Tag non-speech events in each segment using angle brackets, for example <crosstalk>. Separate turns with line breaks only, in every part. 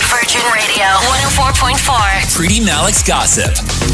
Virgin Radio 104.4.
Pretty Malik's gossip.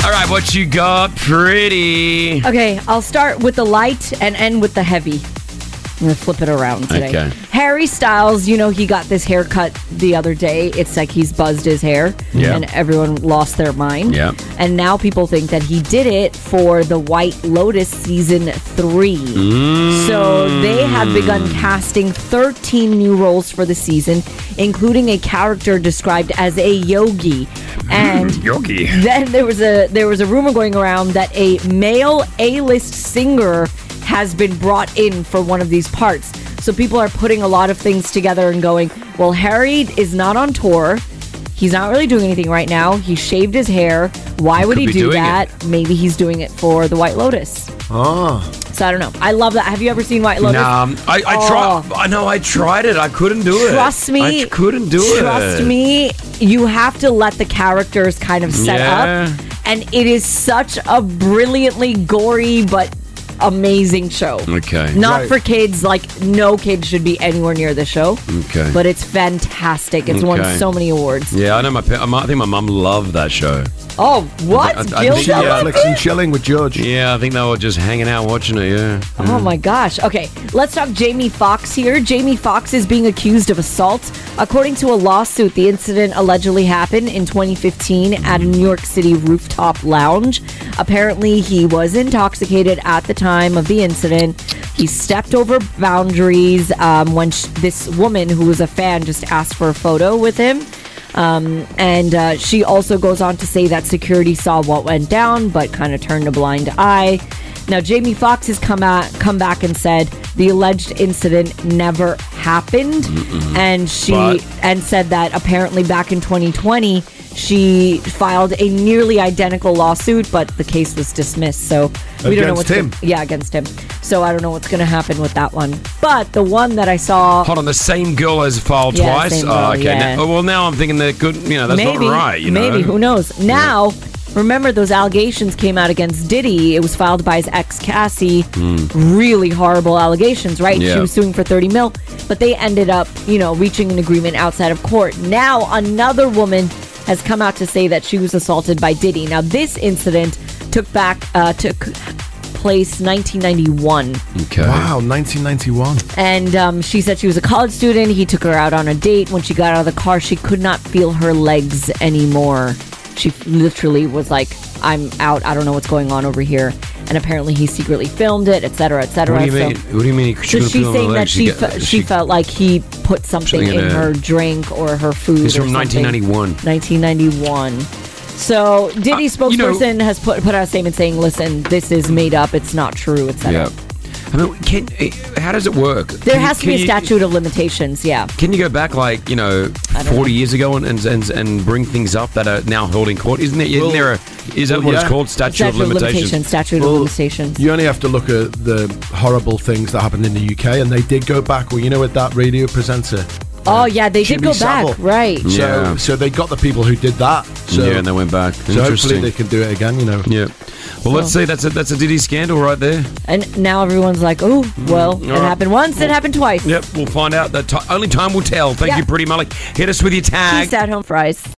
All right, what you got, pretty?
Okay, I'll start with the light and end with the heavy. I'm gonna flip it around today.
Okay.
Harry Styles, you know, he got this haircut the other day. It's like he's buzzed his hair,
Yeah.
and everyone lost their mind.
Yeah.
And now people think that he did it for the White Lotus season three.
Mm.
So they have begun casting 13 new roles for the season, including a character described as a yogi. And
Yogi.
<laughs> then there was a there was a rumor going around that a male A-list singer has been brought in for one of these parts. So people are putting a lot of things together and going, well, Harry is not on tour. He's not really doing anything right now. He shaved his hair. Why would
Could
he
be
do
doing
that? Maybe he's doing it for the White Lotus.
Oh.
So I don't know. I love that. Have you ever seen White Lotus?
Nah, I, I
Oh.
tried. I know I tried it. I couldn't do it.
Trust me.
I couldn't do it.
Trust me. You have to let the characters kind of set
Yeah.
up. And it is such a brilliantly gory but amazing show.
Okay.
Not
Right.
for kids. Like, no kid should be anywhere near the show.
Okay.
But it's fantastic. It's won
Okay.
so many awards.
Yeah, I know my. pa- I might- I think my mum loved that show.
Oh, what?
I- I-
Gilda
yeah.
loved
Netflix
it?
and chilling with George.
Yeah, I think they were just hanging out watching it. Yeah.
Oh my gosh. Okay, let's talk Jamie Foxx here. Jamie Foxx is being accused of assault. According to a lawsuit, the incident allegedly happened in 2015 at a New York City rooftop lounge. Apparently, he was intoxicated at the time of the incident. He stepped over boundaries um, when sh- this woman, who was a fan, just asked for a photo with him. Um, and uh, she also goes on to say that security saw what went down, but kind of turned a blind eye. Now, Jamie Foxx has come out, come back and said the alleged incident never happened, and she
But-
and said that apparently back in 2020 she filed a nearly identical lawsuit, but the case was dismissed. So we don't know
Against
what's
him?
Gonna, yeah against him. So I don't know what's going to happen with that one. But the one that I saw,
Hold on, the same girl has filed
Yeah,
twice.
same
oh,
girl,
okay.
yeah.
Now- oh, well, now I'm thinking that good. You know, that's
maybe,
not right. You
maybe
know?
who knows? Now, remember those allegations came out against Diddy. It was filed by his ex Cassie. Really horrible allegations, right?
Hmm. Yeah.
She was suing for thirty mil, but they ended up, you know, reaching an agreement outside of court. Now another woman has come out to say that she was assaulted by Diddy. Now this incident took back uh, took place 1991
Okay.
Wow, 1991.
and um, she said she was a college student. He took her out on a date. When she got out of the car, she could not feel her legs anymore. She literally was like, "I'm out. I don't know what's going on over here." And apparently, he secretly filmed it, etc., etc.
What do you mean? What do you mean?
So, so she's saying that she fe- she,
fell.
felt like he put something
Something
in
in her-
her drink or her food.
It's
or
from
something.
1991.
1991. So Diddy's
Uh, you know-
spokesperson has put put out a statement saying, "Listen, this is made up. It's not true, etc."
Yeah. I mean, can eh, how does it work?
There
Can you-
has to
can
be a
you-
statute of limitations. Yeah.
Can you go back like you know
don't know.
forty years ago and, and and and bring things up that are now held in court? Isn't there? Isn't
Well,
there a? Is that
well,
what it's
yeah.
called? Statute,
Statute
of limitations.
Statute
Well,
of limitations.
You only have to look at the horrible things that happened in the UK, and they did go back. Well, you know, with that radio presenter.
oh yeah, they did
Jimmy
go back,
Savile.
right?
So,
Yeah.
so they got the people who did that. So,
yeah, and they went back.
so hopefully
Interesting.
they can do it again. You know.
yeah. Well, let's see. That's a that's a Diddy scandal right there.
And now everyone's like, oh, well, it
right.
happened once, it happened twice.
Yep. We'll find out. That ti only time will tell. Thank
Yeah.
you, Pretty Malik. Hit us with your tag.
Peace out, home fries.